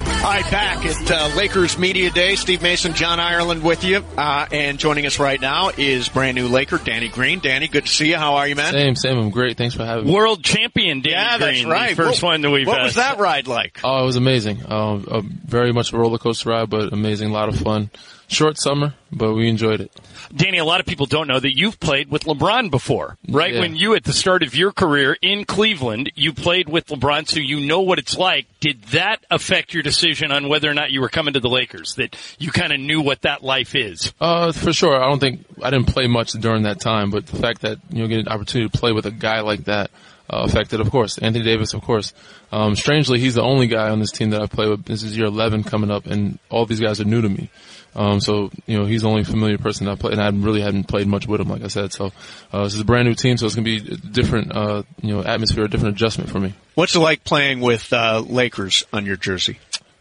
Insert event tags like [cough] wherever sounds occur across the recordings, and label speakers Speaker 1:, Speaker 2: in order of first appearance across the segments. Speaker 1: All right, back at uh, Lakers Media Day. Steve Mason, John Ireland with you. Uh, and joining us right now is brand new Laker, Danny Green. Danny, good to see you. How are you, man?
Speaker 2: Same, same. I'm great. Thanks for having me.
Speaker 3: World champion Danny
Speaker 1: yeah, that's
Speaker 3: Green, the
Speaker 1: right.
Speaker 3: first
Speaker 1: What-
Speaker 3: one that we've
Speaker 1: What
Speaker 3: had.
Speaker 1: was that ride like?
Speaker 2: Oh, it was amazing. Um, a very much a roller coaster ride, but amazing. A lot of fun. Short summer, but we enjoyed it.
Speaker 3: Danny, a lot of people don't know that you've played with LeBron before, right?
Speaker 2: Yeah.
Speaker 3: When you, at the start of your career in Cleveland, you played with LeBron, so you know what it's like. Did that affect your decision on whether or not you were coming to the Lakers? That you kind of knew what that life is?
Speaker 2: Uh, for sure. I don't think I didn't play much during that time, but the fact that you know get an opportunity to play with a guy like that uh, affected, of course. Anthony Davis, of course. Um, strangely, he's the only guy on this team that I play with. This is year 11 coming up, and all these guys are new to me. Um, so you know he's the only familiar person I play, and I really haven't played much with him, like I said. So uh, this is a brand new team, so it's gonna be a different, uh, you know, atmosphere, a different adjustment for me.
Speaker 1: What's it like playing with uh, Lakers on your jersey?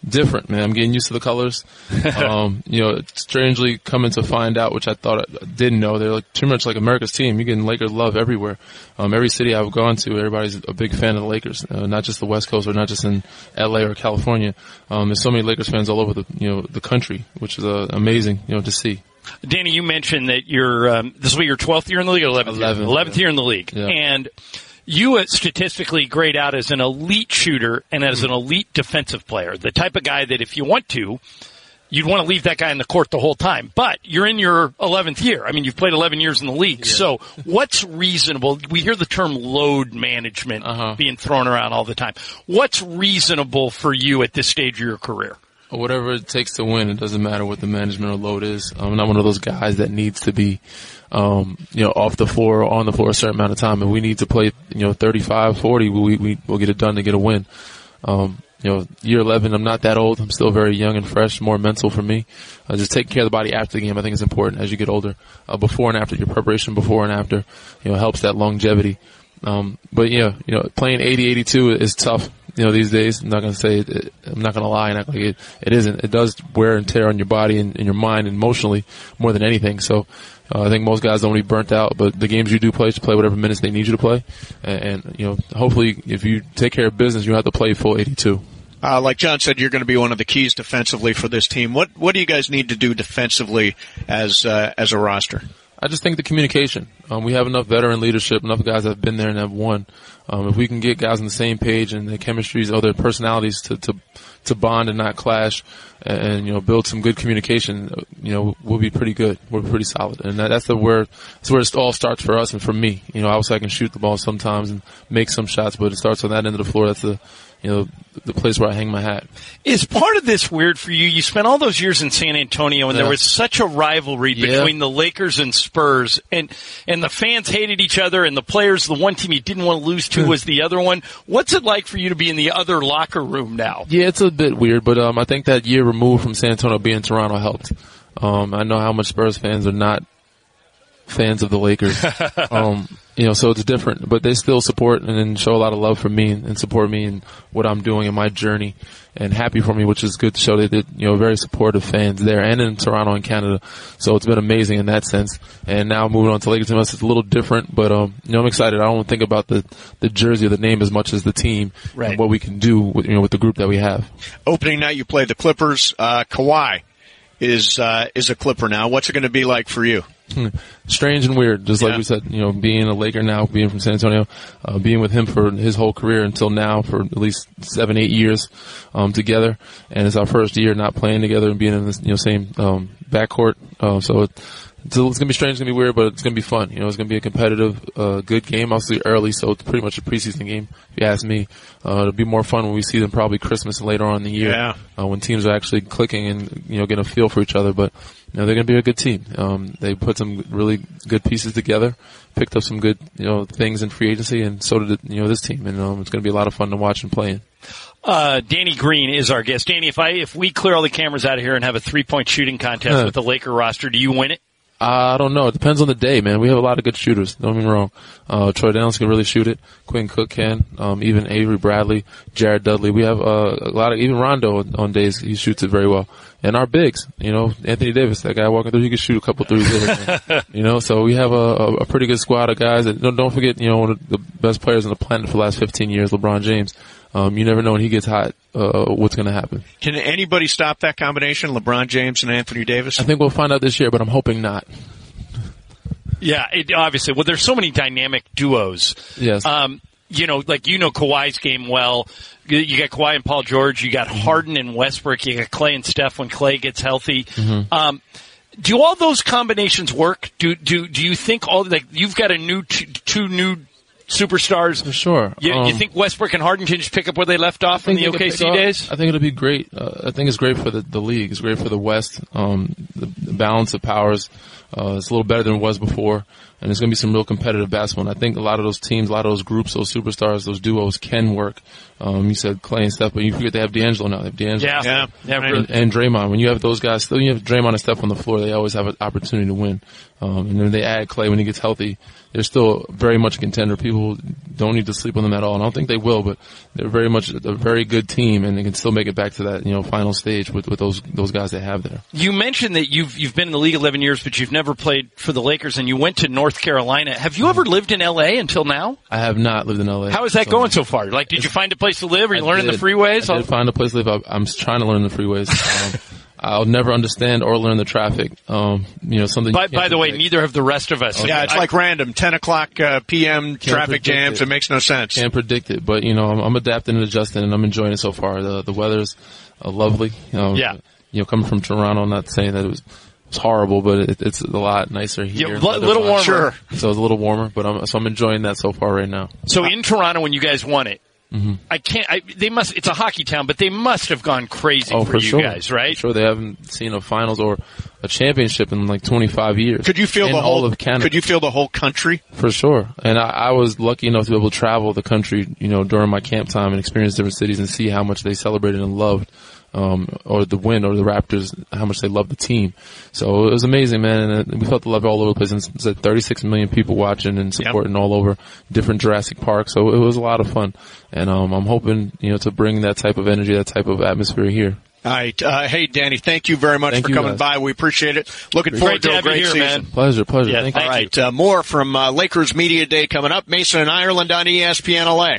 Speaker 2: different, man. I'm getting used to the colors. um, you know, strangely coming to find out, which I thought I didn't know, they're like too much like America's team. You're getting Lakers love everywhere. Um, every city I've gone to, everybody's a big fan of the Lakers, uh, not just the West Coast or not just in LA or California. Um, there's so many Lakers fans all over the, you know, the country, which is uh, amazing, you know, to see.
Speaker 3: Danny, you mentioned that you're um, this will be your twelfth year in the league, eleventh,
Speaker 2: Eleventh,
Speaker 3: eleventh
Speaker 2: yeah.
Speaker 3: year in the league,
Speaker 2: Yeah.
Speaker 3: and you uh, statistically grade out as an elite shooter and as an elite defensive player, the type of guy that if you want to, you'd want to leave that guy in the court the whole time. But you're in your eleventh year. I mean, you've played eleven years in the league. So what's reasonable? We hear the term load management
Speaker 2: Uh-huh.
Speaker 3: being thrown around all the time. What's reasonable for you at this stage of your career?
Speaker 2: whatever it takes to win. It doesn't matter what the management or load is. I'm not one of those guys that needs to be, um, you know, off the floor or on the floor a certain amount of time. If we need to play, you know, 35, 40, we, we, we'll get it done to get a win. Um, you know, year 11, I'm not that old. I'm still very young and fresh, more mental for me. Uh, just taking care of the body after the game, I think is important as you get older. Uh, before and after, your preparation before and after, you know, helps that longevity. Um, but yeah, you know, playing 80, 82 is tough. You know, these days, I'm not gonna say, it, it- I'm not gonna lie, and act like it, it isn't. It does wear and tear on your body and, and your mind emotionally more than anything. So, uh, I think most guys don't want to be burnt out, but the games you do play, you should play whatever minutes they need you to play. And, and, you know, hopefully if you take care of business, you don't have to play full 82.
Speaker 1: Uh, like John said, you're going to be one of the keys defensively for this team. What What do you guys need to do defensively as uh, as a roster?
Speaker 2: I just think the communication. Um, we have enough veteran leadership, enough guys that have been there and have won. Um, if we can get guys on the same page and their chemistries or their personalities to, to, to bond and not clash and, and, you know, build some good communication, uh, you know, we'll be pretty good. We're pretty solid. And that, that's the where, that's where it all starts for us and for me. You know, obviously I can shoot the ball sometimes and make some shots, but it starts on that end of the floor. That's the, you know, the place where I hang my hat.
Speaker 3: Is part of this weird for you? You spent all those years in San Antonio, and there
Speaker 2: Yeah.
Speaker 3: was such a rivalry
Speaker 2: Yeah.
Speaker 3: between the Lakers and Spurs, and and the fans hated each other, and the players. The one team you didn't want to lose to was the other one. What's it like for you to be in the other locker room now?
Speaker 2: Yeah, it's a bit weird, but um, I think that year removed from San Antonio being Toronto helped. Um, I know how much Spurs fans are not fans of the Lakers. um, you know, so it's different, but they still support and, and show a lot of love for me and, and support me and what I'm doing in my journey and happy for me, which is good to show that, that, you know, very supportive fans there and in Toronto and Canada. So it's been amazing in that sense. And now moving on to Lakers and us, it's a little different, but, um, you know, I'm excited. I don't think about the, the jersey or the name as much as the team
Speaker 1: Right.
Speaker 2: and what we can do with, you know, with the group that we have.
Speaker 1: Opening night, you play the Clippers. Uh, Kawhi is uh, is a Clipper now. What's it going to be like for you?
Speaker 2: strange and weird. Just
Speaker 1: Yeah.
Speaker 2: like we said, you know, being a Laker now, being from San Antonio, uh, being with him for his whole career until now for at least seven, eight years, um, together. And it's our first year not playing together and being in the you know, same, um, backcourt. Uh, so it, so it's gonna be strange, it's gonna be weird, but it's gonna be fun. You know, it's gonna be a competitive, uh, good game. Obviously early, so it's pretty much a preseason game, if you ask me. Uh, it'll be more fun when we see them probably Christmas and later on in the year
Speaker 1: Yeah.
Speaker 2: uh, when teams are actually clicking and you know getting a feel for each other. But you know they're going to be a good team. Um, they put some really good pieces together, picked up some good you know things in free agency, and so did you know this team. And um, it's going to be a lot of fun to watch and play in.
Speaker 3: Uh, Danny Green is our guest. Danny, if I if we clear all the cameras out of here and have a three point shooting contest
Speaker 2: Huh.
Speaker 3: with the Laker roster, do you win it?
Speaker 2: I don't know. It depends on the day, man. We have a lot of good shooters. Don't get me wrong. Uh, Troy Downs can really shoot it. Quinn Cook can. Um, even Avery Bradley, Jared Dudley. We have uh, a lot of even Rondo on, on days he shoots it very well. And our bigs, you know, Anthony Davis, that guy walking through, he can shoot a couple threes. every
Speaker 3: [laughs]
Speaker 2: game. you know, so we have a, a, a pretty good squad of guys. And don't, don't forget, you know, one of the best players on the planet for the last 15 years, LeBron James. um, you never know when he gets hot uh, what's going to happen.
Speaker 1: Can anybody stop that combination, LeBron James and Anthony Davis?
Speaker 2: I think we'll find out this year, but I'm hoping not.
Speaker 3: Yeah, it, obviously. Well, there's so many dynamic duos.
Speaker 2: Yes.
Speaker 3: Um, you know, like you know Kawhi's game well. You- You got Kawhi and Paul George. You
Speaker 2: Mm-hmm.
Speaker 3: got Harden and Westbrook. You got Clay and Steph when Clay gets healthy.
Speaker 2: Mm-hmm.
Speaker 3: Um, do all those combinations work? Do do do you think all like you've got a new two, two new superstars?
Speaker 2: For sure.
Speaker 3: You, you
Speaker 2: Um,
Speaker 3: think Westbrook and Harden can just pick up where they left off in the
Speaker 2: they could pick
Speaker 3: OKC
Speaker 2: up-
Speaker 3: days?
Speaker 2: I think it'll be great. Uh, I think it's great for the, the league. It's great for the West. Um, the, the balance of powers uh, is a little better than it was before, and it's going to be some real competitive basketball. And I think a lot of those teams, a lot of those groups, those superstars, those duos can work. Um, you said Clay and Steph, but you forget they have D'Angelo now. They have D'Angelo
Speaker 3: Yeah,
Speaker 1: Yeah.
Speaker 3: really.
Speaker 2: and, and Draymond. When you have those guys, still you have Draymond and Steph on the floor. They always have an opportunity to win. Um, and then they add Clay when he gets healthy. They're still very much a contender. People don't need to sleep on them at all. And I don't think they will, but they're very much a very good team, and they can still make it back to that you know final stage with, with those those guys they have there.
Speaker 3: You mentioned that you've you've been in the league 11 years, but you've never played for the Lakers, and you went to North Carolina. Have
Speaker 2: Mm-hmm.
Speaker 3: you ever lived in LA until now?
Speaker 2: I have not lived in LA.
Speaker 3: How is that
Speaker 2: so-
Speaker 3: going so far? Like, did you find a place to live? Are you
Speaker 2: I
Speaker 3: learning
Speaker 2: did.
Speaker 3: the freeways?
Speaker 2: I did find a place to live. I, I'm trying to learn the freeways. Um, [laughs] I'll never understand or learn the traffic. Um, you know something. you
Speaker 3: by,
Speaker 2: can't
Speaker 3: by the way,
Speaker 2: predict.
Speaker 3: neither have the rest of us.
Speaker 1: Yeah, it's
Speaker 3: I-
Speaker 1: like random. 10 o'clock uh, p.m. traffic
Speaker 2: predict
Speaker 1: jams. It.
Speaker 2: it.
Speaker 1: makes no sense.
Speaker 2: can't predict it, but you know, I'm, I'm adapting and adjusting, and I'm enjoying it so far. The the weather's uh, lovely. Um,
Speaker 3: Yeah.
Speaker 2: you know, coming from Toronto, I'm not saying that it was it's horrible, but it, it's a lot nicer
Speaker 3: Yeah,
Speaker 2: here.
Speaker 3: li- little warmer.
Speaker 2: weather-wise.
Speaker 1: Sure.
Speaker 2: So it's a little warmer, but I'm so I'm enjoying that so far right now.
Speaker 3: So in Toronto, when you guys won it,
Speaker 2: Mm-hmm.
Speaker 3: I can't. I, they must. It's a hockey town, but they must have gone crazy for, you
Speaker 2: sure.
Speaker 3: guys, right?
Speaker 2: Oh, For sure, they haven't seen a finals or a championship in like 25 years.
Speaker 1: Could you feel
Speaker 2: in
Speaker 1: the whole?
Speaker 2: all of Canada?
Speaker 1: Could you feel the whole country?
Speaker 2: For sure. And I, I was lucky enough to be able to travel the country, you know, during my camp time and experience different cities and see how much they celebrated and loved, um, or the win or the Raptors, how much they loved the team. So it was amazing, man. And uh, we felt the love all over the place. And it's like 36 million people watching and supporting all over different Jurassic Parks. So it was a lot of fun. And, um, I'm hoping, you know, to bring that type of energy, that type of atmosphere here.
Speaker 1: All right. Uh, hey, Danny, thank you very much
Speaker 2: Thank
Speaker 1: for
Speaker 2: you,
Speaker 1: coming
Speaker 2: guys.
Speaker 1: by. We appreciate it. Looking forward
Speaker 3: Great to
Speaker 1: to a
Speaker 3: have you
Speaker 1: great
Speaker 3: here,
Speaker 1: season.
Speaker 3: man.
Speaker 2: Pleasure, pleasure.
Speaker 3: Yeah,
Speaker 2: Thank you.
Speaker 1: All right. Uh, more from uh, Lakers Media Day coming up. Mason and Ireland on ESPN LA.